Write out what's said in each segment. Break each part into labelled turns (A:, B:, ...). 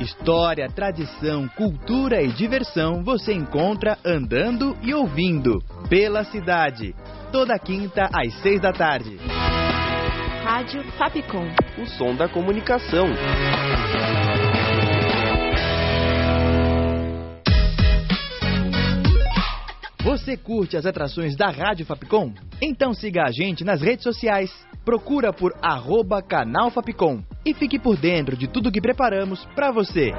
A: História, tradição, cultura e diversão você encontra andando e ouvindo pela cidade. Toda quinta às seis da tarde.
B: Rádio Fapcom.
C: O som da comunicação.
A: Você curte as atrações da Rádio Fapcom? Então siga a gente nas redes sociais. Procura por arroba canal Fapcom e fique por dentro de tudo que preparamos para você.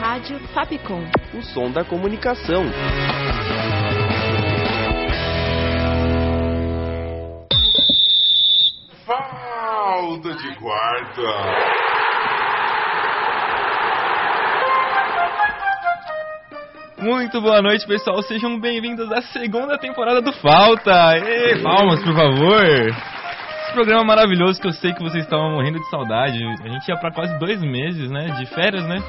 B: Rádio Fapcom.
C: O som da comunicação.
D: Falta de quarta.
E: Muito boa noite, pessoal. Sejam bem-vindos à segunda temporada do Falta. Ê, palmas, por favor. Esse programa maravilhoso que eu sei que vocês estavam morrendo de saudade. A gente ia pra quase dois meses, né? De férias, né?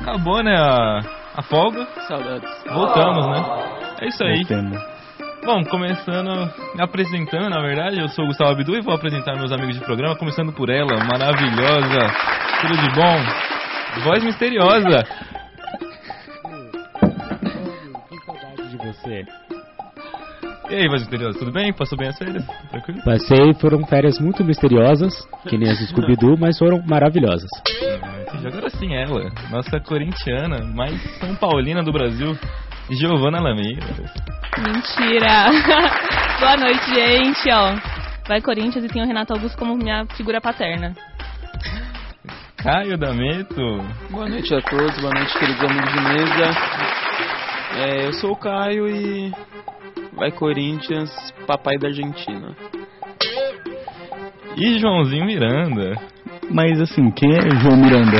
E: Acabou, né? A, a folga.
F: Saudades.
E: Voltamos, né? É isso aí. Bom, começando, me apresentando, na verdade, eu sou o Gustavo Abdu e vou apresentar meus amigos de programa, começando por ela, maravilhosa, tudo de bom, voz misteriosa. E aí, voz misteriosa, tudo bem? Passou bem as férias? Tranquilo?
G: Passei, foram férias muito misteriosas, que nem as do Scooby-Doo, mas foram maravilhosas.
E: Ah, entendi. Agora sim, ela, nossa corintiana, mais São Paulina do Brasil, Giovana Lameira.
B: Mentira. Boa noite, gente. Ó, vai Corinthians e tem o Renato Augusto como minha figura paterna.
E: Caio D'Ameto.
F: Boa noite a todos, boa noite, queridos amigos de mesa. É, eu sou o Caio e. Vai Corinthians, papai da Argentina.
E: e Joãozinho Miranda.
H: Mas assim, quem é João Miranda?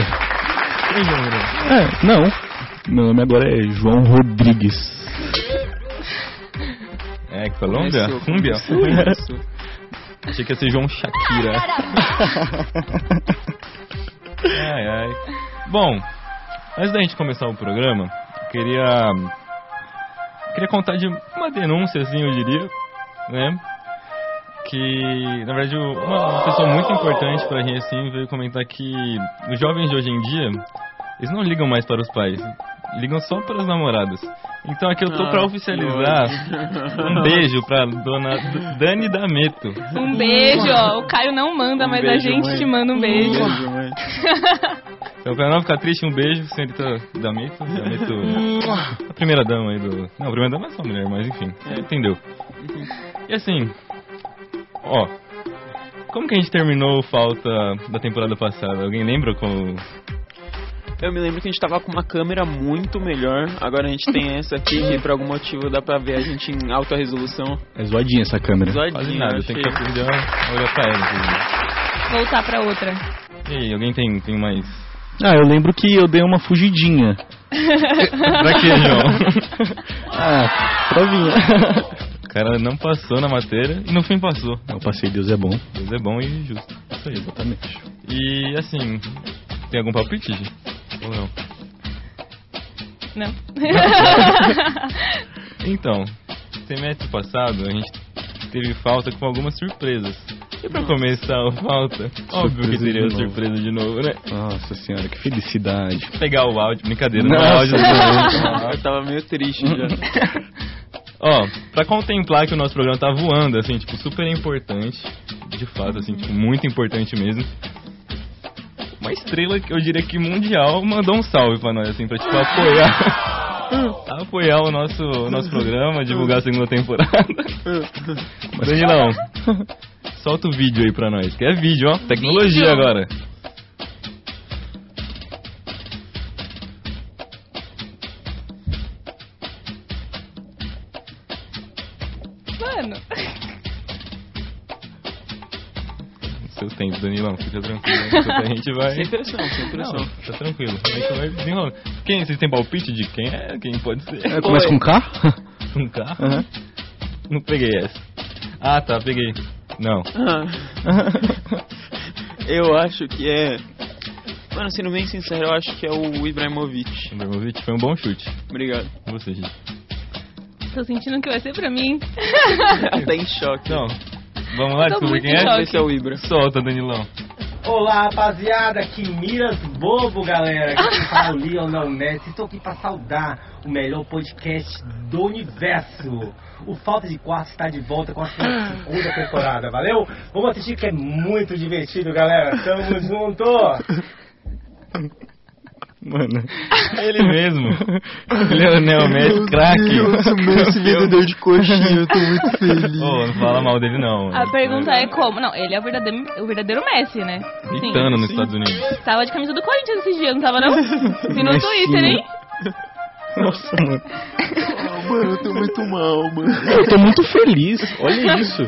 E: Quem é João Miranda?
H: É, não. Meu nome agora é João Rodrigues.
E: É, Colômbia? Cúmbia?
F: Isso.
E: Achei que ia ser João Shakira. ai, ai. Bom, antes da gente começar o programa, eu queria. Queria contar de uma denúncia, assim, eu diria, né? Que, na verdade, uma pessoa muito importante pra gente, assim, veio comentar que os jovens de hoje em dia, eles não ligam mais para os pais, ligam só para as namoradas. Então aqui eu tô pra
F: Ah,
E: oficializar um beijo pra dona D- Dani D'Ameto.
B: Um beijo, ó. O Caio não manda,
F: Um
B: mas a
F: beijo,
B: gente
F: mãe.
B: te manda um beijo.
F: Beijo, mãe.
E: Então, pra não ficar triste, um beijo, senhorita D'Ameto. D'Ameto. A primeira dama aí do. Não, a primeira dama é só mulher, mas enfim,
F: É.
E: entendeu. E assim, ó. Como que a gente terminou o falta da temporada passada? Alguém lembra como.
F: Eu me lembro que a gente tava com uma câmera muito melhor. Agora a gente tem essa aqui que por algum motivo dá pra ver a gente em alta resolução.
H: É zoadinha essa câmera.
E: Quase
F: Zoadinho,
E: nada,
F: eu
E: tem que
F: achei.
E: aprender a olhar pra ela. inclusive.
B: Voltar pra outra.
E: E aí, alguém tem, tem mais.
H: Ah, eu lembro que eu dei uma fugidinha.
E: Pra que, João?
H: Ah, provinha.
E: O cara não passou na matéria e no fim passou.
H: Eu passei, Deus é bom.
E: Deus é bom e justo. Isso aí,
H: Exatamente.
E: E assim, tem algum palpite? Gi? Ou não?
B: Não.
E: Então, semestre passado a gente teve falta com algumas surpresas. E pra começar o falta, óbvio que
H: Hum. Surpresa
E: teria
H: de novo.
E: surpresa de novo, né?
H: Nossa senhora, que felicidade.
E: Pegar o áudio, brincadeira, não é
H: Nossa.
E: áudio. não.
F: Ah, eu tava meio triste já.
E: Ó, pra contemplar que o nosso programa tá voando, assim, tipo, super importante. De fato, assim, tipo, muito importante mesmo. Uma estrela que eu diria que mundial mandou um salve pra nós, assim, pra tipo apoiar. apoiar o nosso, o nosso programa, divulgar a segunda temporada. Danilão, solta o vídeo aí pra nós, que é vídeo, ó. Tecnologia
B: Vídeo?
E: agora.
B: Mano.
E: Seu tempo, Danilão, fica tranquilo. né? Enquanto A gente vai.
F: Sem pressão, sem pressão.
E: Não, tá tranquilo. A gente vai desenrolando. Quem, vocês têm palpite de quem é? Quem pode ser?
H: É, começa com K?
E: Um carro?
H: Aham.
E: Não peguei essa. Ah, tá, peguei. Não.
F: Ah, eu acho que é. Mano, sendo bem sincero, eu acho que é o Ibrahimovic.
E: Ibrahimovic foi um bom chute.
F: Obrigado.
E: Você, gente.
B: Tô sentindo que vai ser pra mim.
F: Tá em choque.
E: Então, vamos lá
B: Eu tô Tá
E: descobrir
B: muito
E: quem
B: em
E: é?
B: choque.
F: Esse é o Ibra.
E: Solta, Danilão.
I: Olá, rapaziada, que miras bobo, galera. Aqui quem fala é o Lionel Messi. Estou aqui para saudar o melhor podcast do universo. O Falta de Quarto está de volta com a sua segunda temporada, valeu? Vamos assistir que é muito divertido, galera. Tamo junto!
H: Mano.
E: Ele mesmo. Leonel Messi, craque.
H: Messi vendedor de coxinha, eu tô muito feliz.
E: Ô, não fala mal dele não.
B: A pergunta é como? Não, ele é o verdadeiro, o verdadeiro Messi, né?
E: Itano nos Estados Unidos.
B: Tava de camisa do Corinthians esse dia, não tava não? Vi no
H: Messi,
B: Twitter, hein?
H: Nossa, mano.
C: Mano, eu tô muito mal, mano.
H: Eu tô muito feliz. Olha isso.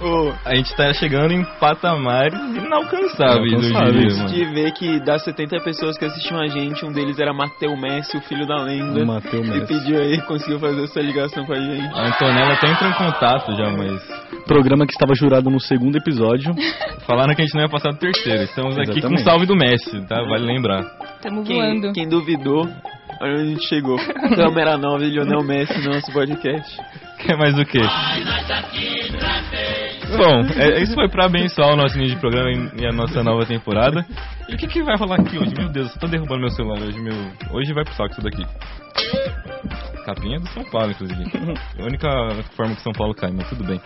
E: Ô, a gente tá chegando em patamares inalcançáveis hoje em
H: Inalcançáveis.
E: dia, mano.
F: De ver que das 70 pessoas que assistiam a gente, um deles era Mateu Messi, o filho da lenda.
H: Mateu
F: E
H: Messi.
F: pediu aí, conseguiu fazer essa ligação com a gente.
E: A Antonella até entrou em contato já, mas
H: Programa que estava jurado no segundo episódio.
E: falaram que a gente não ia passar do terceiro. Estamos aqui com o
H: Exatamente.
E: salve do Messi, tá? Vale lembrar.
B: Tamo voando.
F: Quem, quem duvidou, olha onde a gente chegou. Câmera 9, Lionel Messi, no nosso podcast.
E: Quer mais o quê? Bom, é, isso foi pra abençoar o nosso início de programa e, e a nossa nova temporada. E o que, que vai rolar aqui hoje? Meu Deus, eu tô derrubando meu celular hoje, meu. Hoje vai pro saco isso daqui. Capinha do São Paulo, inclusive. É a única forma que São Paulo cai, mas tudo bem.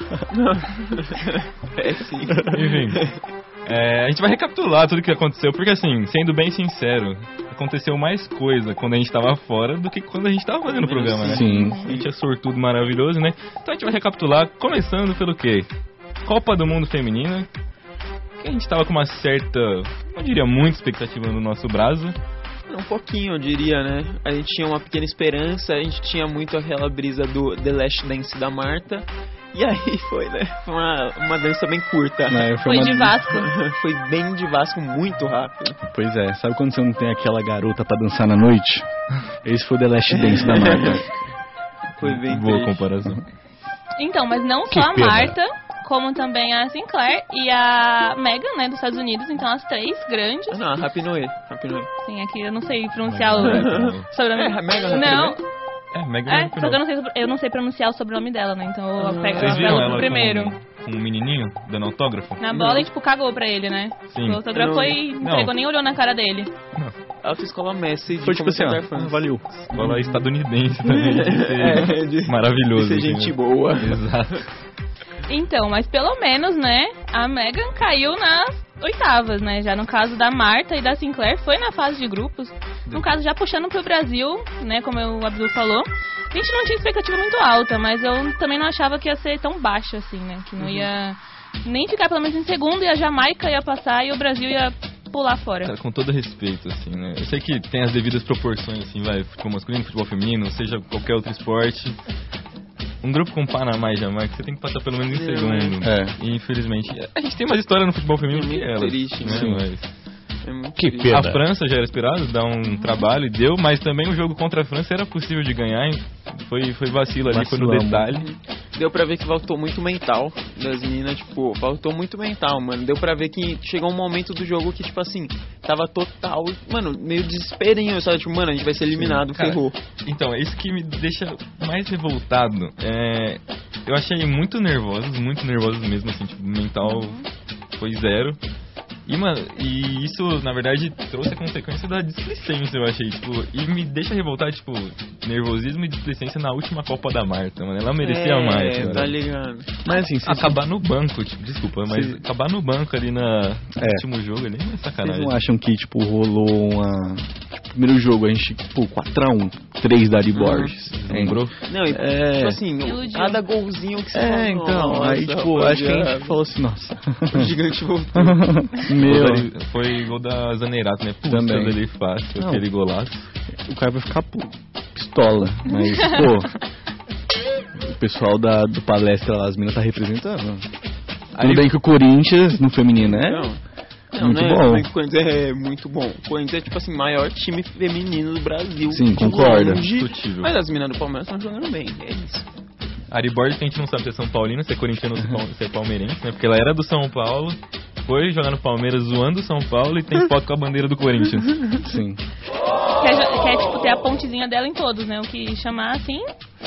F: É sim.
E: Enfim. é, a gente vai recapitular tudo o que aconteceu, porque assim, sendo bem sincero, aconteceu mais coisa quando a gente tava fora do que quando a gente tava fazendo o programa, né?
H: Sim.
E: A gente é sortudo maravilhoso, né? Então a gente vai recapitular, começando pelo quê? Copa do Mundo Feminina. Que a gente tava com uma certa, não diria muita expectativa no nosso braço.
F: Um pouquinho, eu diria, né? A gente tinha uma pequena esperança, a gente tinha muito aquela brisa do The Last Dance da Marta. E aí foi, né? Foi uma, uma dança bem curta.
H: Né,
B: Foi
H: uma-
B: de Vasco.
F: Foi bem de Vasco, muito rápido.
H: Pois é, sabe quando você não tem aquela garota pra dançar na noite? Esse foi o The Last Dance da Marta.
F: Foi bem
E: Boa
F: triste.
E: comparação.
B: Então, mas não só a
H: pena.
B: Marta, como também a Sinclair e a Megan, né, dos Estados Unidos. Então, as três grandes.
F: Ah, não, Rapinoe. Rapinoe.
B: Tem aqui, eu não sei pronunciar
E: Megan.
B: é o sobrenome.
F: É, a Megan
B: Não,
E: É, mega
B: é, só que eu não, sei, eu não sei pronunciar o sobrenome dela, né? Então eu
F: Ah.
B: pego
E: Vocês
B: ela
E: viram ela
B: pelo primeiro.
E: Com, com um menininho dando autógrafo?
B: Na bola e, tipo, cagou pra ele, né?
E: Sim.
B: O autografou e
E: Não.
B: não pegou nem olhou na cara dele.
F: Autoescola Messi de
H: Foi tipo
F: como
H: assim,
F: tratar
H: ó.
F: fãs.
H: Valeu.
E: Bola estadunidense também. de ser
F: É, de, de
E: Maravilhoso.
F: ser
E: entendeu?
F: gente boa. É
H: É.
E: Exato.
B: Então, mas pelo menos, né, a Megan caiu nas oitavas, né? Já no caso da Marta e da Sinclair, foi na fase de grupos. No caso, já puxando pro Brasil, né, como o Abdul falou. A gente não tinha expectativa muito alta, mas eu também não achava que ia ser tão baixa assim, né? Que não ia nem ficar pelo menos em segundo e a Jamaica ia passar e o Brasil ia pular fora.
E: Cara, com todo respeito, assim, né? Eu sei que tem as devidas proporções, assim, vai, futebol masculino, futebol feminino, seja qualquer outro esporte. Um grupo com Panamá e Jamaica, você tem que passar pelo menos em
F: É,
E: segundo.
H: É.
E: E infelizmente, a gente tem mais história no futebol feminino que
F: Muito
E: elas.
F: triste,
E: né?
F: sim.
E: Mas
F: É muito
H: Que
F: triste.
H: pena.
E: a França já era esperado, dar um trabalho e deu, mas também o jogo contra a França era possível de ganhar. hein? Foi, foi vacilo ali, foi no
H: Vacilamos.
E: detalhe.
F: Deu pra ver que faltou muito mental das meninas, tipo, faltou muito mental, mano. Deu pra ver que chegou um momento do jogo que, tipo assim, tava total, mano, meio desesperinho, sabe? Tipo, mano, a gente vai ser eliminado,
E: cara.
F: ferrou.
E: Então, é isso que me deixa mais revoltado. É, eu achei muito nervosos, muito nervosos mesmo, assim, tipo, mental foi zero. E, mano, e isso, na verdade, trouxe a consequência da displicência, eu achei, tipo, e me deixa revoltado, tipo, nervosismo e displicência na última Copa da Marta, mano. Ela merecia
F: é,
E: mais,
F: É,
E: mano.
F: tá ligado.
H: Mas assim, vocês
E: Acabar no banco, tipo, desculpa, mas
H: Sim.
E: acabar no banco ali na, no
H: É.
E: último jogo ali é
H: vocês
E: sacanagem.
H: não acham que, tipo, rolou uma... Tipo, primeiro jogo, a gente, tipo, 4x1, 3 da Ari Borges.
E: Lembrou?
F: Não, e,
H: É.
F: tipo assim,
B: Iludiu.
F: cada golzinho que você
H: É,
F: fala,
H: então, aí,
F: nossa,
H: tipo, acho que a
F: rapaziada,
H: gente falou assim, nossa.
F: O gigante voltou.
H: Meu,
E: Foi gol da Zanerato, né? Puta,
H: Também.
E: ele fácil,
H: Não.
E: aquele golaço.
H: o cara vai ficar pu- pistola, mas, pô, o pessoal da, do palestra lá, as minas tá representando. Ainda bem que o Corinthians, no feminino, né?
F: Não. Não,
H: Muito
F: né?
H: bom.
F: O Corinthians é muito bom. O Corinthians é, tipo assim, maior time feminino do Brasil.
H: Sim,
F: De
H: concordo.
F: longe.
E: Discutível.
F: Mas as meninas do Palmeiras estão jogando bem. É isso.
E: Ariborg, que a gente não sabe se é São Paulino, se é corintiano ou se é pal- se é palmeirense, né? Porque ela era do São Paulo, foi jogar no Palmeiras zoando o São Paulo e tem foto com a bandeira do Corinthians.
H: Sim.
B: Quer, jo- quer, tipo, ter a pontezinha dela em todos, né? O que chamar assim,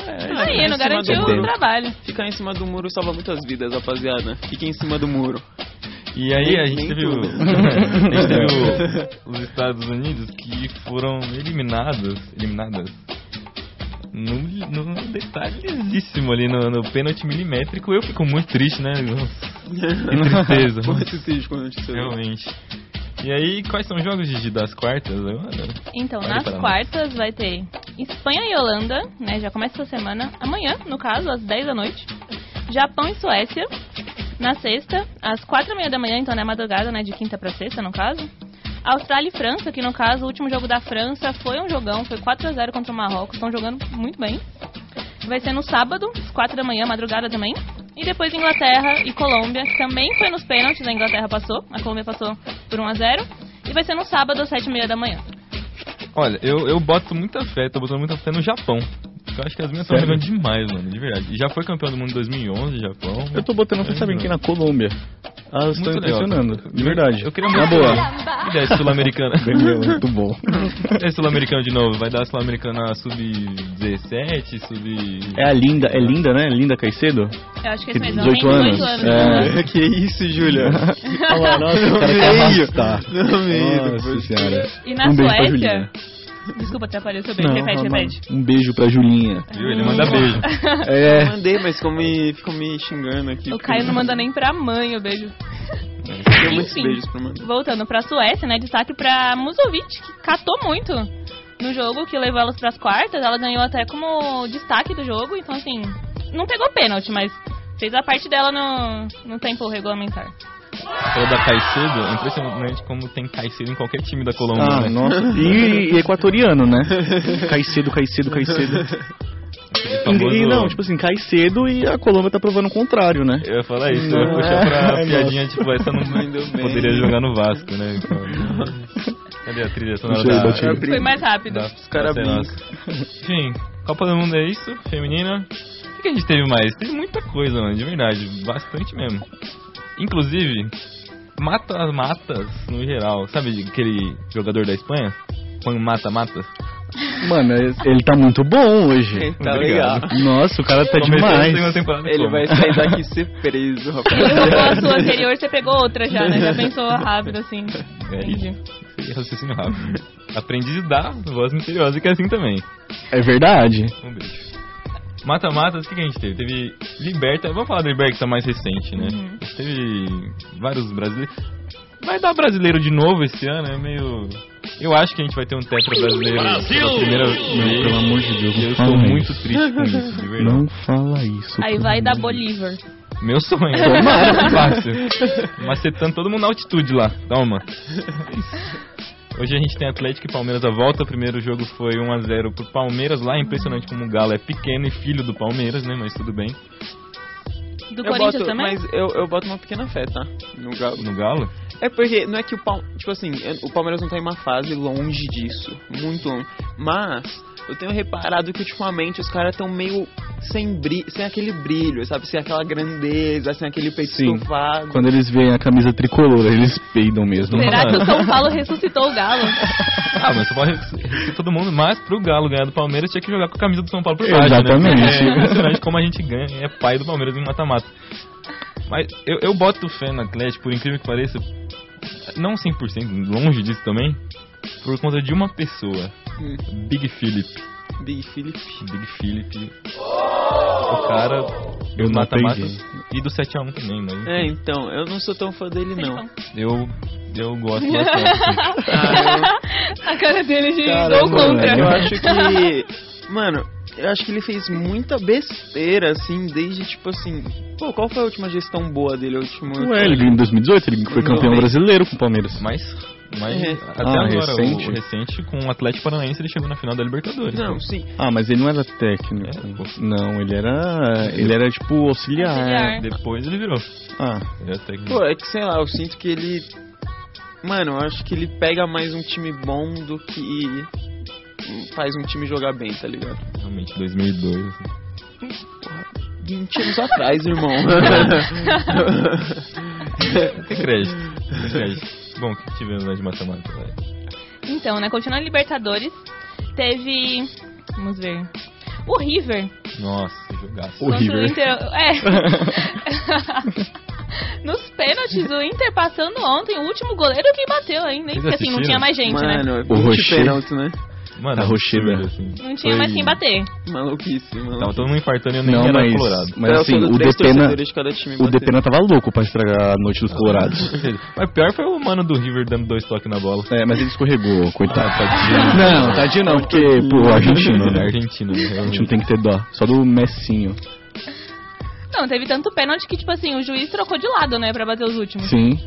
F: É,
B: Aí, não garantiu o trabalho.
F: Ficar em cima do muro salva muitas vidas, rapaziada. Fiquem em cima do muro.
E: E aí a gente
F: Nem
E: teve, o,
F: tudo.
E: a gente teve o- os Estados Unidos que foram eliminados, eliminadas num num detalhezíssimo ali no, no pênalti milimétrico. Eu fico muito triste, né? Nossa, que tristeza.
F: Muito triste quando aconteceu.
E: Realmente. E aí, quais são os jogos Gigi, das quartas agora?
B: Então,
E: Olha
B: nas
E: pra lá.
B: quartas vai ter Espanha e Holanda, né? Já começa essa semana. Amanhã, no caso, às 10 da noite. Japão e Suécia. Na sexta, às 4 e meia da manhã, então na madrugada, né? De quinta pra sexta, no caso. Austrália e França, que no caso, o último jogo da França foi um jogão. Foi 4 a 0 contra o Marrocos. Estão jogando muito bem. Vai ser no sábado, às 4 da manhã, madrugada também. E depois Inglaterra e Colômbia, que também foi nos pênaltis. A Inglaterra passou, a Colômbia passou por 1 a 0 E vai ser no sábado, às 7 e meia da manhã.
E: Olha, eu, eu boto muita fé, tô botando muita fé no Japão. Eu acho que as minhas estão jogando demais, mano, de verdade. E já foi campeão do mundo em 2011, Japão.
H: Eu tô botando, você sabe em quem? Na Colômbia. Ah, estão
E: Muito legal,
H: impressionando.
E: cara.
H: De verdade.
E: Eu queria
H: Na
E: muito.
H: boa.
E: E daí, Sul-Americana?
H: Ganhou, muito bom.
E: É Sul-Americano de novo, vai dar Sul-Americana sub-17, sub.
H: É a linda, é linda, né? Linda Caicedo?
B: Eu acho que é
H: Que
B: isso mesmo. Tem
H: 18 anos.
B: né?
H: É.
F: Que isso, Júlia?
H: Fala, nossa, o cara quer arrastar.
F: Não, meio.
H: Nossa senhora.
B: E na
H: Um beijo pra
B: Suécia.
H: Julinha.
B: Desculpa atrapalhar o seu beijo. repete, repete.
H: Um beijo pra Julinha.
E: Viu? Ele manda beijo.
F: Eu
H: É.
F: mandei, mas ficou me, ficou me xingando aqui.
B: O Caio não manda nem pra mãe o beijo.
F: Deu muitos
B: Enfim.
F: beijos pra mandar.
B: Voltando pra Suécia, né? Destaque pra Musovic, que catou muito no jogo, que levou elas pras quartas. Ela ganhou até como destaque do jogo, então assim. Não pegou pênalti, mas fez a parte dela no, no tempo regulamentar.
E: Falou da Caicedo, é impressionante como tem Caicedo em qualquer time da Colômbia,
H: Ah,
E: né?
H: nossa. E, e equatoriano, né? Caicedo, Caicedo, Caicedo.
E: Aquele famoso-
H: E, e não, tipo assim, Caicedo e a Colômbia tá provando o contrário, né?
E: Eu ia falar isso, eu ia
H: Não,
E: puxar pra
H: é,
E: piadinha, tipo, essa não
F: Mandou bem.
E: poderia jogar no Vasco, né? Então, Cadê a trilha sonora
H: Deixa eu
E: da,
H: bater.
B: Foi mais rápido.
E: da,
F: Os caras
E: da
F: brincam.
E: Enfim, Copa do Mundo é isso, feminina. O que, que a gente teve mais? Teve muita coisa, mano, de verdade, bastante mesmo. Inclusive, mata as matas no geral. Sabe aquele jogador da Espanha? Põe mata matas?
H: Mano, ele tá muito bom hoje.
F: Tá
E: Obrigado.
F: legal.
H: Nossa, o cara tá
E: assim,
H: demais.
F: Ele vai sair daqui e ser preso,
B: Ele
F: rapaz.
B: roubou a sua anterior, você pegou outra já, né? Já pensou rápido assim.
F: É
B: Entendi.
E: Peguei raciocínio rápido. Aprendiz da voz misteriosa, que é assim também.
H: É verdade.
E: Um beijo. Mata-matas, o que, que a gente teve? Teve Liberta, vamos falar da Liberta que tá mais recente, né?
B: Uhum.
E: Teve vários brasileiros. Vai dar brasileiro de novo esse ano, é meio. Eu acho que a gente vai ter um tetra brasileiro pela primeira vez.
H: pelo amor de Deus,
E: E eu
H: não
E: estou
H: fala
E: muito triste com isso, de verdade.
H: Não fala isso.
B: Aí
H: pelo
B: vai dar
H: amor de
B: Bolívar.
E: Meu sonho. Tomara. Fácil. Macetando todo mundo na altitude lá. Toma. Hoje a gente tem Atlético e Palmeiras à volta. O primeiro jogo foi 1x0 pro Palmeiras lá. Impressionante como o Galo é pequeno e filho do Palmeiras, né? Mas tudo bem.
B: Do
F: Eu
B: Corinthians
F: boto,
B: também?
F: mas eu, eu boto uma pequena fé, tá? No Galo.
E: No Galo?
F: É porque não é que o Palmeiras. Tipo assim, eu- o Palmeiras não tá em uma fase longe disso. Muito longe. Mas eu tenho reparado que ultimamente os caras estão meio sem, bri sem aquele brilho, sabe? Sem aquela grandeza, sem aquele peito
H: Sim.
F: estufado.
H: Quando eles veem a camisa tricolor, eles peidam mesmo.
B: Será que o São Paulo ressuscitou o Galo?
E: Ah, mas São Paulo é todo mundo. Mas pro Galo ganhar do Palmeiras tinha que jogar com a camisa do São Paulo por baixo.
H: Exatamente.
E: Né? É impressionante como a gente ganha. É pai do Palmeiras em mata-mata. Mas eu, eu boto fé no Atlético, por incrível que pareça. Não 100%, longe disso também. Por conta de uma pessoa.
F: Hum,
E: Big Philip.
F: Big Philip.
E: Big Philip. O cara
H: Eu
E: dos
H: não
E: mata-matas e do 7x1 também, mas enfim,
F: É, então, eu não sou tão fã dele,
B: Então.
F: não.
E: eu, eu gosto bastante.
F: Ah,
B: Então, A cara dele de
F: Cara,
B: gol
F: mano,
B: contra.
F: Eu acho que. Mano, eu acho que ele fez muita besteira, assim, desde tipo assim. Pô, qual foi a última gestão boa dele? A última.
H: Ué, é ele ganhou em 2018, ele foi campeão
F: Não.
H: brasileiro com o Palmeiras.
E: mas mas
F: É.
E: até
H: Ah,
E: agora,
H: recente?
E: o recente, com o Atlético Paranaense, ele chegou na final da Libertadores.
F: Não, sim.
H: Ah, mas ele não era técnico.
E: É, pô.
H: não, ele era. Ele era tipo auxiliar.
B: Auxiliar.
E: né? Depois ele virou.
H: Ah,
E: Ele é técnico.
F: Pô, é que sei lá, eu sinto que ele. Mano, eu acho que ele pega mais um time bom do que faz um time jogar bem, tá ligado?
E: Realmente, 2002. assim.
F: 20 anos atrás, irmão.
E: Tem crédito. Tem crédito. Bom, o que tivemos mais de matemática? vai?
B: Então, né? Continuando a Libertadores, teve. Vamos ver. O River.
E: Nossa, jogaço.
H: O
B: Contra
H: River.
B: Inter, é. Nos pênaltis, o Inter passando ontem, o último goleiro que bateu ainda, hein? Porque
E: Vocês
B: assim, não
E: assistiram?
B: tinha mais gente, né?
F: Mano, é
H: O
F: 20
H: Rocher.
F: pênalti, né?
E: Mano,
H: Tá
E: é
H: roxinho,
E: absurdo,
H: né?
E: assim.
B: Não tinha
E: Foi-
B: mais quem bater.
F: Maluquice,
E: Tava
F: maluquice.
E: todo mundo infartando e eu nem
H: Não,
E: era
H: mas,
E: colorado.
F: Era
H: Então, mas assim,
F: todo
H: o
F: três
H: Depena,
F: torcedores de cada time
H: o
F: batendo.
H: Depena tava louco pra estragar a noite dos colorados.
E: Com certeza. Mas pior foi o mano do River dando dois toques na bola. Ah, tá
H: É, mas ele escorregou, coitado. Não,
B: tá
H: tadinho não, porque, pô, argentino, né?
E: Argentina,
H: A gente não tem que ter dó, só do Messinho.
B: Não, teve tanto pênalti que, tipo assim, o juiz trocou de lado, né? Pra bater os últimos.
H: Sim.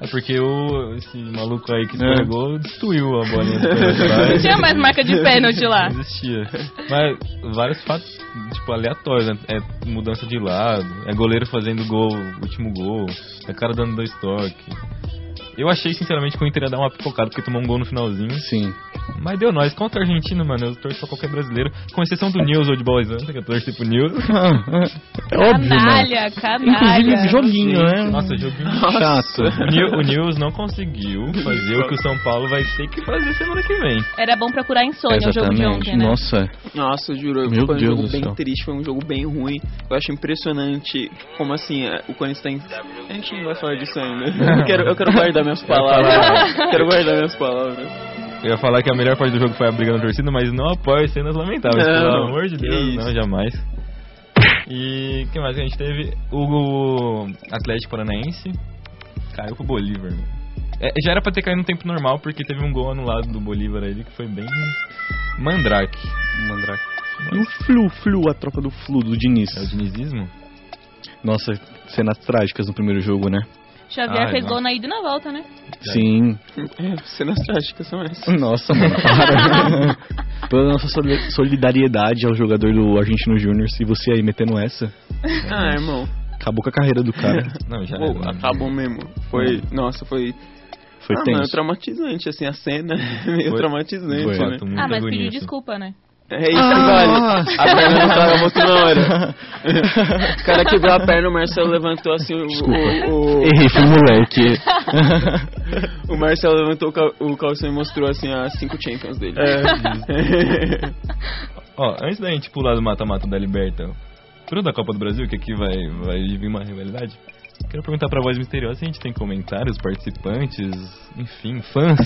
E: É porque o, esse maluco
H: É.
E: aí que escorregou destruiu a bolinha do pênalti lá.
B: Não tinha mais marca de pênalti lá.
E: Não existia. Mas vários fatos, tipo, aleatórios, né? É mudança de lado, é goleiro fazendo gol, último gol, é cara dando dois toques. Eu achei, sinceramente, que o Inter ia dar uma pipocada porque tomou um gol no finalzinho.
H: Sim.
E: Mas deu nós. Contra a Argentina, mano, eu torço pra qualquer brasileiro. Com exceção do News Old Boys, né? Que eu torci pro News.
H: É óbvio, né?
B: canalha,
H: Inclusive
B: canalha.
H: esse joguinho, né?
E: Nossa, joguinho
H: Chato.
E: O Nil- o News não conseguiu fazer o que o São Paulo vai ter que fazer semana que vem.
B: Era bom procurar insônia o jogo de ontem,
H: Exatamente.
B: né?
H: Nossa,
F: Nossa, eu juro,
H: Meu
F: foi um
H: Deus
F: jogo
H: do
F: bem
H: céu.
F: triste, foi um jogo bem ruim. Eu acho impressionante como assim, é, o Corinthians tá em... A gente não vai falar disso ainda. Eu quero, eu quero guardar minhas palavras. quero guardar minhas palavras.
E: Eu ia falar que a melhor parte do jogo foi a briga na torcida, mas não apoio cenas lamentáveis,
F: Não,
E: pelo amor de
F: que
E: Deus,
F: isso.
E: não, jamais. E o que mais que a gente teve? O Atlético Paranaense caiu pro Bolívar. né? É, já era pra ter caído no tempo normal, porque teve um gol anulado do Bolívar ali que foi bem mandrake. Mandrake.
H: e o Flu, Flu, a troca do Flu, do Diniz.
E: É o dinizismo?
H: Nossa, cenas trágicas no primeiro jogo, né?
B: Xavier
E: Ai,
B: fez
E: não.
B: gol na ida e na volta, né?
H: Sim.
F: É, cenas trágicas são essas.
H: Nossa, mano, para. Pela nossa soli- solidariedade ao jogador do Argentino Júnior, se você aí metendo essa,
F: Ah, irmão.
H: acabou com a carreira do cara.
E: Não, já
F: Pô,
E: era, né? Hum.
F: acabou mesmo. Foi, nossa, foi...
H: Foi
F: ah, mano,
H: tenso.
F: traumatizante, assim, a cena é meio
E: Foi.
F: traumatizante,
E: Foi
F: né?
E: fato muito
B: ah, mas
E: bonito.
B: pediu desculpa, né?
F: É isso
H: Ah.
F: que vale. A perna não tava muito na hora. O cara quebrou a perna, o Marcelo levantou assim o- o- o,
H: Errei, fui moleque.
F: O Marcelo levantou o, cal o calção e mostrou assim as cinco champions dele. É.
E: Ó, antes da gente pular do mata-mata da Liberta pro da Copa do Brasil, que aqui vai, vai vir uma rivalidade, quero perguntar pra voz misteriosa se a gente tem comentários, participantes, enfim, fãs.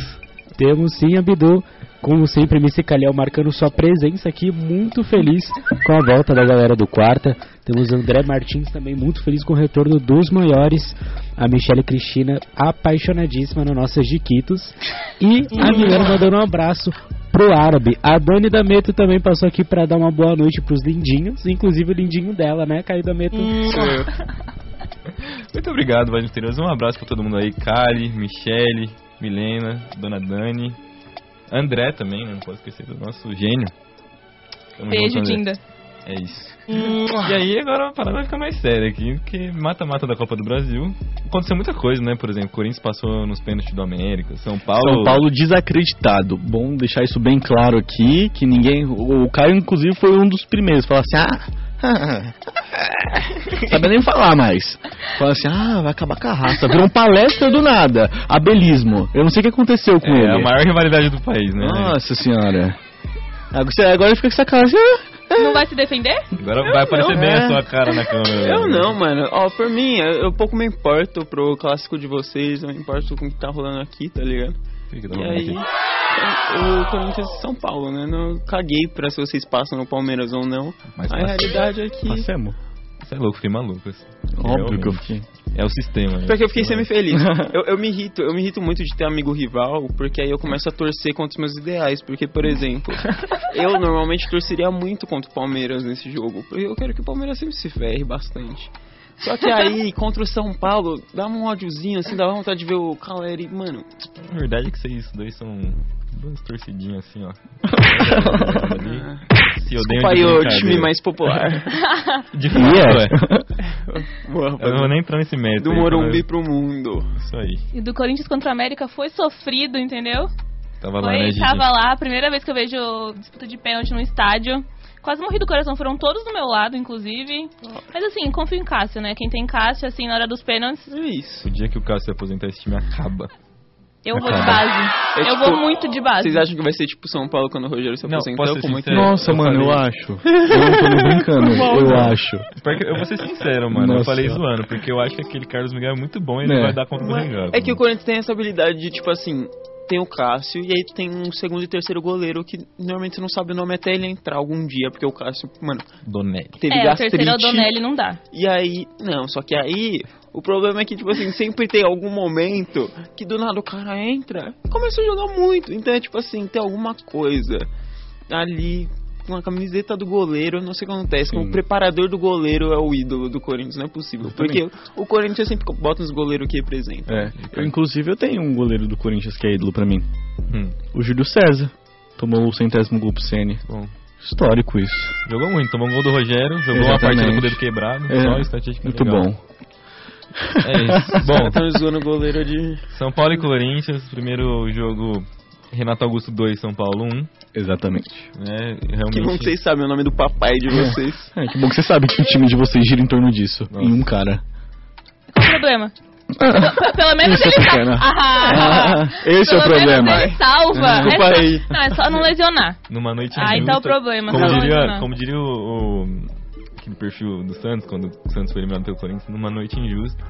G: Temos sim, Abidu, como sempre, Mr. Calhau marcando sua presença aqui, muito feliz com a volta da galera do quarta. Temos André Martins também muito feliz com o retorno dos maiores. A Michelle Cristina, apaixonadíssima nas nossas diquitos. E a Milena mandando um abraço pro árabe. A Dani da Meto também passou aqui pra dar uma boa noite pros lindinhos, inclusive o lindinho dela, né? Caio da Meto.
E: Muito obrigado, voz misteriosa. Um abraço pra todo mundo aí. Kali, Michele, Milena, Dona Dani, André também, né? Não posso esquecer do nosso gênio. Tamo
B: Beijo,
E: junto, André.
B: Dinda.
E: É isso. E aí agora a parada fica mais séria aqui, porque mata-mata da Copa do Brasil. Aconteceu muita coisa, né? Por exemplo, o Corinthians passou nos pênaltis do América, São Paulo.
H: São Paulo desacreditado. Bom deixar isso bem claro aqui, que ninguém. O o Caio, inclusive, foi um dos primeiros. Falar assim, ah. Sabe nem falar mais. Fala assim, ah, vai acabar com a raça. Virou um palestra do nada. Abelismo. Eu não sei o que aconteceu com
E: É
H: ele.
E: a maior rivalidade do país, né?
H: Nossa senhora. Agora você- Agora fica com essa cara assim. ah.
B: Não vai se defender?
E: Agora vai aparecer
F: não,
E: bem
F: é.
E: a sua cara na câmera. né?
F: Eu não, mano. Ó, por mim, eu, eu pouco me importo pro clássico de vocês, não me importo com o que tá rolando aqui, tá ligado?
E: Fica
F: E
E: todo mundo
F: aí,
E: aqui.
F: é, o Corinthians e São Paulo, né? Não caguei pra se vocês passam no Palmeiras ou não.
E: Mas
F: A
E: passa.
F: realidade é que.
H: Nossa, é, amor.
E: Você é louco, fiquei maluco. assim.
H: Óbvio
E: Realmente.
H: que eu fiquei.
E: É o sistema. né?
F: Porque eu fiquei
E: Sistema.
F: semi-feliz. Eu, eu me irrito, eu me irrito muito de ter amigo rival, porque aí eu começo a torcer contra os meus ideais. Porque, por exemplo, eu normalmente torceria muito contra o Palmeiras nesse jogo. Porque eu quero que o Palmeiras sempre se ferre bastante. Só que aí, contra o São Paulo, dá um ódiozinho, assim, dá vontade de ver o Caleri. Mano,
E: A verdade é que vocês dois são duas torcidinhas assim, ó. Se odeiam
F: desculpa aí
E: de
F: o
E: brincadeira.
F: time mais popular.
E: De fato, é.
F: Boa,
E: Eu não vou
F: rapaziada.
E: nem entrar nesse mérito.
F: Do
E: aí,
F: Morumbi
E: mas- é
F: pro mundo.
E: Isso aí.
B: E do Corinthians contra o América foi sofrido, entendeu?
E: Tava lá, né,
B: Foi,
E: Gigi?
B: tava lá, a primeira vez que eu vejo disputa de pênalti no estádio. Quase morri do coração, foram todos do meu lado, inclusive. Mas assim, confio em Cássio, né? Quem tem Cássio, assim, na hora dos pênaltis.
F: É isso.
E: O dia que o Cássio se aposentar, esse time acaba.
B: Eu vou de base.
F: É
B: eu
F: tipo-
B: vou muito de base.
F: Vocês acham que vai ser tipo São Paulo quando o Rogério se
E: Não,
F: aposentou?
E: posso ser
F: com muito...
E: sincero?
H: Nossa,
E: eu
H: mano, eu
E: falei. né?
H: acho. Eu não tô nem brincando, eu acho.
E: Pior que Eu vou ser sincero, mano. Eu
H: Nossa.
E: falei zoando, porque eu acho que aquele Carlos Miguel é muito bom e ele
H: É.
E: vai dar conta do Mengão.
F: É que o Corinthians tem essa habilidade de, tipo assim, tem o Cássio e aí tem um segundo e terceiro goleiro que normalmente não sabe o nome até ele entrar algum dia, porque o Cássio, mano,
E: Donelli.
F: teve
B: é, o
F: gastrite.
B: terceiro é o Donelli não dá.
F: E aí, não, só que aí o problema é que, tipo assim, sempre tem algum momento que do nada o cara entra e começa a jogar muito. Então é tipo assim, tem alguma coisa ali com a camiseta do goleiro, não sei o que acontece. com O preparador do goleiro é o ídolo do Corinthians, não é possível. Porque o Corinthians sempre bota os goleiros que representa.
H: É. Eu, inclusive, eu tenho um goleiro do Corinthians que é ídolo pra mim.
E: Hum.
H: O Júlio César. Tomou o centésimo gol pro CN.
E: Bom.
H: Histórico isso.
E: Jogou muito, tomou um gol do Rogério, jogou uma
H: Exatamente.
E: partida com o dedo quebrado,
H: É,
E: só estatística
H: Muito
E: legal.
H: bom.
E: É isso. Bom,
F: Então zoando o goleiro de.
E: São Paulo e Corinthians, primeiro jogo Renato Augusto 2, São Paulo 1,
H: Exatamente.
E: né?
F: Que
E: Realmente
F: vocês sabem o nome do papai de vocês.
H: É, que bom que você sabe que o time de vocês gira em torno disso. Em um cara.
B: Qual o problema? Pelo menos
H: Isso é
B: ele salva.
H: pequeno.
B: Ah,
H: Esse é o
B: pelo menos
H: problema.
B: Ele salva.
H: Desculpa
B: é só,
H: aí.
B: Não, é só não lesionar.
E: numa noite
B: Aí
E: injusta,
B: tá o problema.
E: Como
B: só não
E: diria,
B: lesionar.
E: como diria o, o- aquele perfil do Santos, quando o Santos foi eliminado pelo Corinthians, numa noite injusta,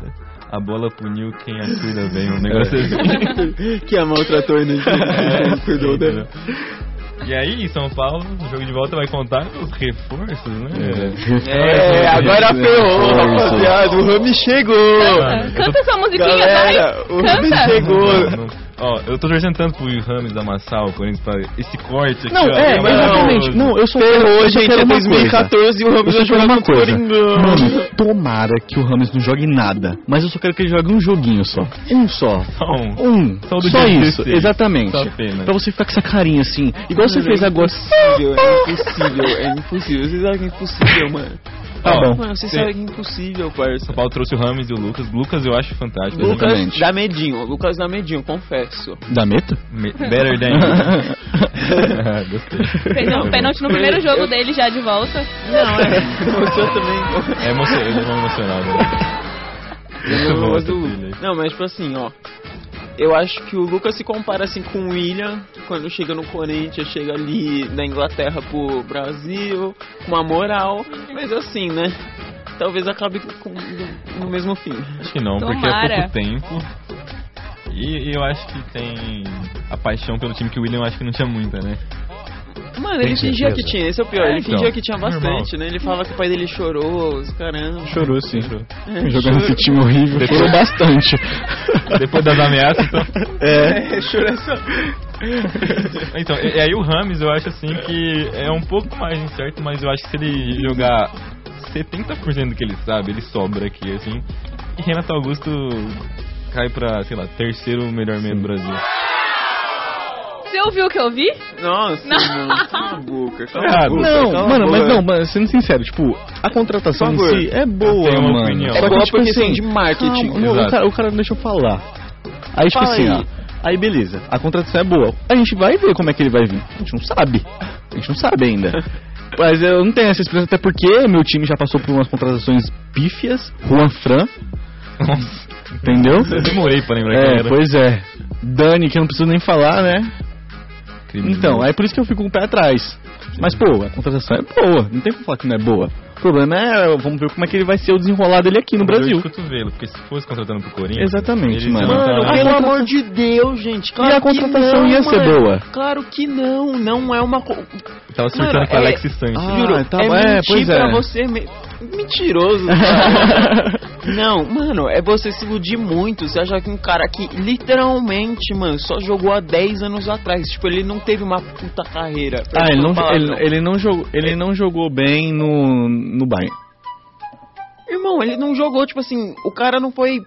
E: a bola puniu quem a cuida bem, um
H: É.
F: É.
E: negócio assim.
F: que a maltratou e não não né? cuidou né? dela.
E: Entendeu? E aí, São Paulo, o jogo de volta vai contar com os reforços, né?
F: É, agora ferrou, rapaziada. O Rami chegou.
B: Canta, canta sua musiquinha,
F: Galera, o
B: vai.
F: Rami
B: Canta.
F: chegou.
E: Não, não. Ó, eu tô torcendo tanto pro Rames amassar o Corinthians pra esse corte aqui.
H: Não,
E: ó,
H: é,
E: maravilhoso.
H: exatamente. Não, eu sou
F: Ferrou,
H: eu só
F: gente,
H: quero
F: é
H: uma
F: 2014 e o
H: Eu
F: Ramos
H: só quero
F: vai jogar
H: uma
F: no
H: coisa.
F: Coringão.
H: Mano, tomara que o Ramos não jogue nada. Mas eu só quero que ele jogue um joguinho só. Um só.
E: Só um.
H: Um.
E: Só
H: Só,
E: o do dia
H: isso.
E: 16.
H: Exatamente.
E: Só pena.
H: Pra você ficar com essa carinha assim. Igual você
F: Mano,
H: fez
F: é
H: agora.
F: impossível, é impossível, é impossível. Vocês sabem que é impossível, mano.
H: Tá bom.
F: Mano, vocês
E: Sim.
F: sabem que é impossível, parça.
E: São Paulo trouxe o Rames e o Lucas. Lucas eu acho fantástico.
F: Lucas
H: Exatamente.
F: dá medinho, Lucas dá medinho, confesso.
H: Dá meta?
E: Me- Better than. Ah, Gostei.
B: Fez um pênalti no primeiro jogo dele já de volta.
F: Não, é. Eu também.
E: É emocionado, é emocionado. Né? Muito bom
F: Eu-
E: essa
F: do-
E: trilha aí.
F: Não, mas tipo assim, ó. Eu acho que o Lucas se compara assim com o William, quando chega no Corinthians, chega ali da Inglaterra pro Brasil, com uma moral, mas assim, né? Talvez acabe com- do- no mesmo fim.
E: Acho que não, porque é
B: Tomara.
E: pouco tempo. E, e eu acho que tem a paixão pelo time que o William acho que não tinha muita, né?
F: Mano, ele
H: Tem
F: fingia
H: certeza?
F: que tinha, esse é o pior, ele
E: então,
F: fingia que tinha
E: normal.
F: bastante, né? Ele fala que o pai dele chorou, os caramba.
H: Chorou sim. Jogar nesse time horrível. Chorou bastante.
E: Depois das ameaças, então...
F: É, chorou só.
E: Então, e e aí o Rames eu acho assim que é um pouco mais incerto, mas eu acho que se ele jogar 70% do que ele sabe, ele sobra aqui, assim. E Renato Augusto cai pra, sei lá, terceiro melhor meio do Brasil.
B: Você ouviu o que eu vi?
F: Nossa,
B: Não.
F: mano, cala a boca, cala a
E: Errado.
F: boca.
H: Não,
F: cala a
H: mano, mas
F: boca.
H: não, mano, sendo sincero, tipo, a contratação em
F: tá Por favor.
H: si é boa,
E: Eu tenho uma
H: mano.
E: opinião.
H: Só
E: É
H: que,
F: boa
H: tipo
F: por questão
H: assim,
F: de marketing.
H: calma, não, o,
E: Exato.
H: cara, o cara não deixa eu falar. Aí, tipo
F: Fala
H: assim,
F: aí.
H: ó. Aí, beleza, a contratação é boa. A gente vai ver como é que ele vai vir. A gente não sabe. A gente não sabe ainda. Mas eu não tenho essa esperança, até porque meu time já passou por umas contratações pífias, Juan Fran,
E: Nossa,
H: entendeu?
E: eu demorei pra lembrar
H: É,
E: que era.
H: pois é. Dani, que eu não preciso nem falar, né?
E: Criminoso.
H: Então, é por isso que eu fico com o pé atrás. Mas, pô, a contratação é boa. Não tem como falar que não é boa. O problema é, vamos ver como é que ele vai ser o desenrolar dele aqui no
E: Dor de
H: Brasil.
E: cotovelo, porque se fosse contratando pro Corinthians...
H: Exatamente,
E: eles
H: mano.
E: iam
F: Mano,
E: tá-
F: pelo amor de Deus, gente. Claro
H: a
F: que
H: contratação
F: não,
H: ia ser
F: mano.
H: boa.
F: Claro que não, não é uma. co-
E: Tava
H: tá
E: surtando
F: Mano,
E: com o
F: é-
E: Alex Sanches.
H: Ah,
F: Juro,
H: tá
F: é
H: bom, é,
F: mentir
H: pois
F: pra
H: é.
F: você. me- Mentiroso. cara. não, mano, é você se iludir muito. Você achar que um cara que literalmente, mano, só jogou há 10 anos atrás. Tipo, ele não teve uma puta carreira. pra
H: Ah, ele não,
F: falar,
H: ele, ele não jogou, ele não jogou bem no, no Bayern.
F: Irmão, ele não jogou, tipo assim, o cara não foi.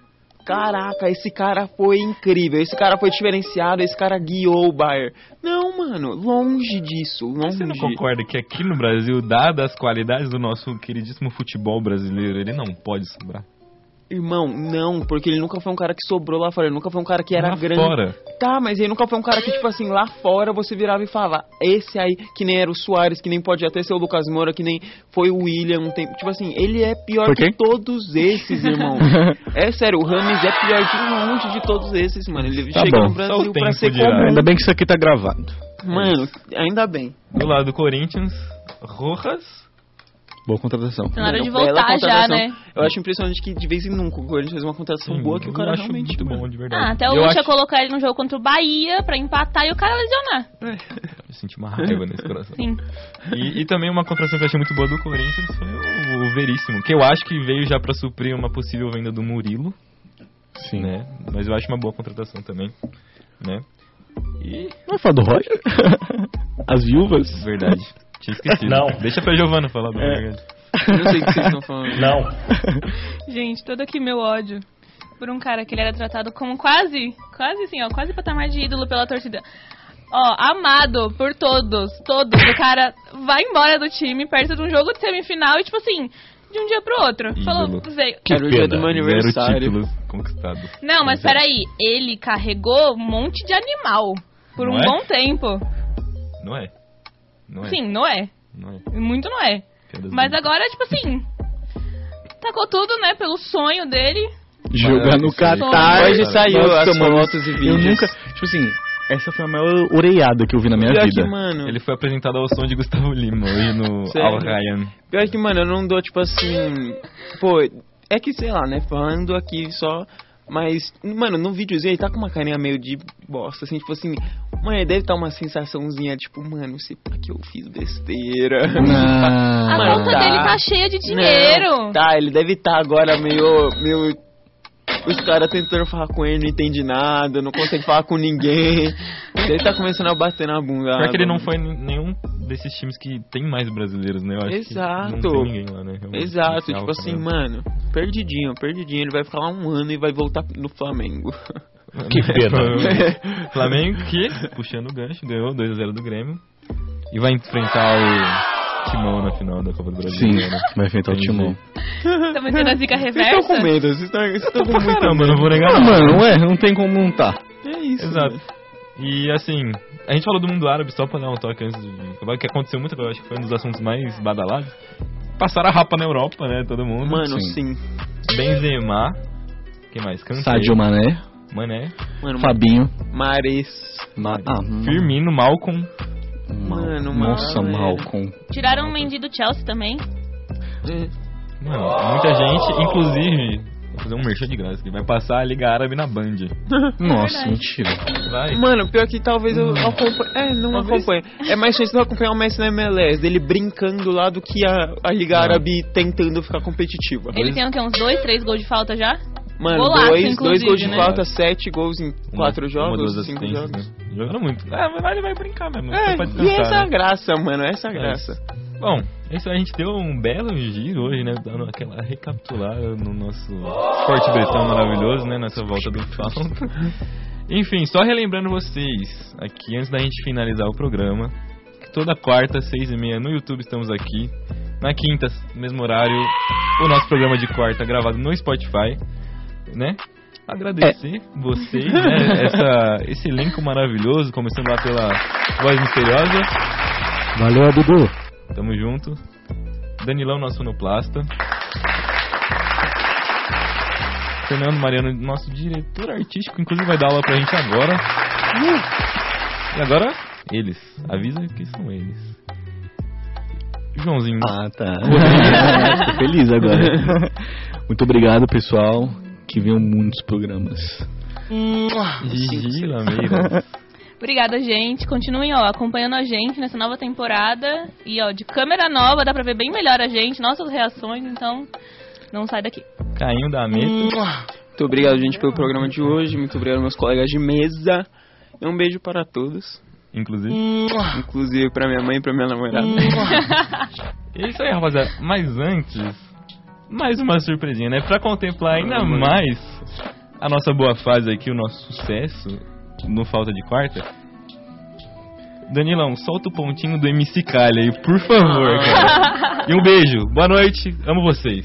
F: Caraca, esse cara foi incrível, esse cara foi diferenciado, esse cara guiou o Bayern. Não, mano, longe disso, longe.
E: Você não concorda que aqui no Brasil, dadas as qualidades do nosso queridíssimo futebol brasileiro, ele não pode sobrar?
F: Irmão, não, porque ele nunca foi um cara que sobrou lá fora, ele nunca foi um cara que era
E: Lá
F: grande.
E: fora.
F: Tá, mas ele nunca foi um cara que, tipo assim, lá fora você virava e falava, esse aí, que nem era o Soares, que nem pode até ser o Lucas Moura, que nem foi o William um tempo. Tipo assim, ele é pior
H: Por
F: que
H: quê?
F: todos esses, irmão. é sério, o Rames é pior que um monte de todos esses, mano. Ele
H: Tá bom,
F: chegou
E: só
F: no
E: o
F: Brasil pra
E: tempo
F: ser
E: dirá.
F: comum.
H: Ainda bem que isso aqui tá gravado.
F: Mano, ainda bem.
E: Do lado do Corinthians, Rojas.
H: Boa contratação.
B: Tá na hora de
F: Bela
B: voltar já,
F: contratação.
B: né?
F: Eu acho impressionante que de vez em nunca o Corinthians fez uma contratação boa que o cara
E: eu acho
F: realmente.
E: muito
F: mano.
E: bom, de verdade.
B: Ah, até o
E: eu
B: Lucha
E: acho...
B: colocar ele no jogo contra o Bahia pra empatar e o cara lesionar.
E: Eu senti uma raiva nesse coração.
B: Sim.
E: E, e também uma contratação que eu achei muito boa do Corinthians foi o, o Veríssimo, que eu acho que veio já pra suprir uma possível venda do Murilo,
H: Sim.
E: né? Mas eu acho uma boa contratação também, né? E
H: Não é falar do Roger? As viúvas?
E: verdade. Tinha esquecido.
J: Não.
E: Deixa pra Giovana falar do Verdade.
F: Eu não sei o que vocês estão falando.
J: Não.
B: Gente, todo aqui meu ódio por um cara que ele era tratado como quase, quase assim, ó, quase patamar de ídolo pela torcida. Ó, amado por todos, todos. O cara vai embora do time, perto de um jogo de semifinal e, tipo assim, de um dia pro outro.
E: Ídolo.
B: Falou, veio.
F: Era o dia do meu
E: Zero
F: aniversário.
E: títulos conquistados.
B: Não, mas
E: é.
B: peraí, ele carregou um monte de animal por
E: Não
B: um
E: é?
B: bom tempo.
E: Não é? Não é?
B: Sim, não é.
E: Não é.
B: Muito não é.
E: Piadas
B: Mas
E: do-
B: agora, tipo assim, tacou tudo, né, pelo sonho dele.
H: Jogar no Catar.
F: Hoje saiu
H: Nossa,
F: as
H: mano,
F: fotos e
H: Eu
F: vídeos.
H: nunca. Tipo assim, essa foi a maior orelhada que eu vi na minha
F: Pior
H: vida.
F: que, mano.
E: Ele foi apresentado ao som de Gustavo Lima e no
F: Sério?
E: Al Ryan.
F: Pior que, mano, eu não dou, tipo assim. Pô, é que sei lá, né? Falando aqui só. Mas, mano, no videozinho ele tá com uma carinha meio de bosta, assim, tipo assim. Mano, ele deve tá uma sensaçãozinha, tipo, mano, se pá que eu fiz besteira.
H: Ah.
B: A
F: Mano,
B: conta
F: tá.
B: dele tá cheia de dinheiro.
F: Não, tá, ele deve tá agora meio. meio. Os caras tentando falar com ele, não entende nada, não consegue falar com ninguém. Ele tá começando a bater na bunda.
E: Pior que ele não foi em nenhum desses times que tem mais brasileiros, né? Eu acho
F: Exato.
E: Que não tem ninguém lá, né? Realmente,
F: Exato,
E: inicial,
F: tipo assim,
E: cara.
F: mano, perdidinho, perdidinho. Ele vai ficar lá um ano e vai voltar no Flamengo.
J: Que pena.
E: Flamengo que, puxando o gancho, ganhou 2x0 do Grêmio. E vai enfrentar o Timão na final da Copa do Brasil.
H: Sim,
E: né?
H: vai enfrentar o
E: Entendi.
H: Timão.
B: Tá metendo a zica
F: Vocês estão
B: reversa?
F: com medo, vocês estão- vocês estão com
E: Pra
F: muito
E: caramba, não vou negar.
H: Ah,
E: não.
H: mano, ué, não tem como não tá.
F: medo. É isso.
E: Exato.
F: mano.
E: E assim, a gente falou do mundo árabe só pra dar um toque antes de acabar, que aconteceu muito, eu acho que foi um dos assuntos mais badalados. Passaram a rapa na Europa, né? Todo mundo.
F: Mano,
H: Sim.
F: sim.
E: Benzema. Quem mais? Kanté,
H: Sadio Mané,
E: Mané.
F: Mano,
H: Fabinho.
F: Mares.
H: Ah, mano.
E: Firmino, Malcolm.
F: Mano,
H: Nossa,
F: mano,
H: Malcom.
B: Tiraram o Mendy do Chelsea também.
E: Mano, muita gente, inclusive. Vou fazer um merchan de graça que vai passar a Liga Árabe na Band.
H: Nossa,
B: verdade.
H: mentira.
E: Vai.
F: Mano, pior que talvez
E: Hum.
F: eu acompanhe. É, não acompanho. É mais chance de eu acompanhar o Messi na MLS, dele brincando lá do que a, a Liga
E: Não.
F: Árabe tentando ficar competitiva.
B: Ele tem o quê? Uns dois, três gols de falta já?
F: Mano,
B: Golaço,
F: dois, dois
B: inclusive,
F: gols de
B: né?
F: falta, sete gols em
E: Uma-
F: quatro
E: uma,
F: jogos,
E: duas
F: cinco
E: assistências,
F: jogos.
E: né? Jogando muito. É, mas lá ele vai brincar mesmo.
F: É,
E: só pra
F: e
E: descansar,
F: essa é a
E: né?
F: graça, mano, essa é a
E: É.
F: graça.
E: Bom, isso aí, a gente deu um belo giro hoje, né? Dando aquela recapitulada no nosso esporte bretão maravilhoso, né? Nessa volta do Fausto. Enfim, só relembrando vocês aqui, antes da gente finalizar o programa, que toda quarta, seis e meia, no YouTube estamos aqui. Na quinta, mesmo horário, o nosso programa de quarta gravado no Spotify, né? Agradecer vocês, né? Essa, esse elenco maravilhoso, começando lá pela voz misteriosa.
G: Valeu, Abidu.
E: Tamo junto. Danilão, nosso Noplasta. Fernando Mariano, nosso diretor artístico, inclusive vai dar aula pra gente agora. E agora, eles. Avisa que são eles. Joãozinho.
H: Ah, tá. Tô feliz agora. Muito obrigado, pessoal, que viu muitos programas.
E: Gigi Lameira.
B: Obrigada, gente. Continuem, ó, acompanhando a gente nessa nova temporada. E, ó, de câmera nova, dá pra ver bem melhor a gente, nossas reações, então não sai daqui.
E: Cainho da meta.
F: Muito obrigado, gente, pelo programa de hoje. Muito obrigado, meus colegas de mesa. E um beijo para todos.
E: Inclusive.
F: Inclusive para minha mãe e pra minha namorada.
E: É isso aí, rapaziada. Mas antes, mais uma surpresinha, né? Pra contemplar ainda mais a nossa boa fase aqui, o nosso sucesso no Falta de Quarta. Danilão, solta o pontinho do MC Calha aí, por favor, cara. E um beijo. Boa noite. Amo vocês.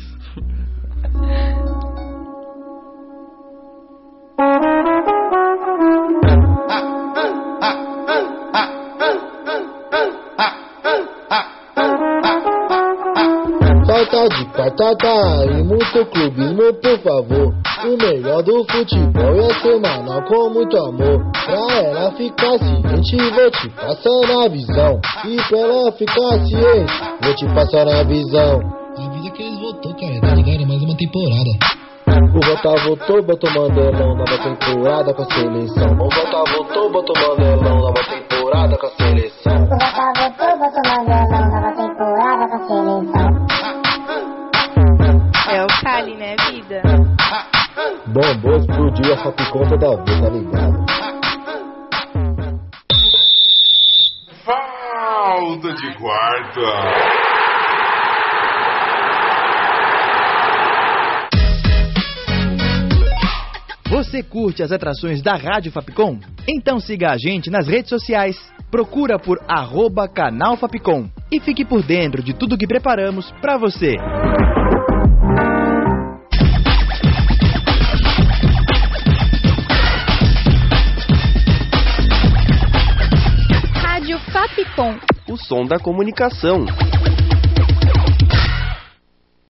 H: Tá de patata e muito clubismo, por favor. O melhor do futebol é semanal com muito amor. Pra ela ficar ciente, vou te passar a visão. E pra ela ficar ciente, vou te passar a visão.
K: Avisa que eles voltou, cara. Tá ligado? Mais uma temporada.
H: O Vota voltou, botou mandelão, nova temporada com a seleção. O Vota voltou, botou mandelão, nova temporada com a seleção.
L: É o Cali, né, vida?
H: Bombou, explodiu a Fapicon toda vez, tá ligado?
D: Falta de quarta.
A: Você curte as atrações da Rádio Fapcom? Então siga a gente nas redes sociais, procura por arroba canal Fapcom e fique por dentro de tudo que preparamos pra você.
L: Rádio Fapcom.
M: O som da comunicação.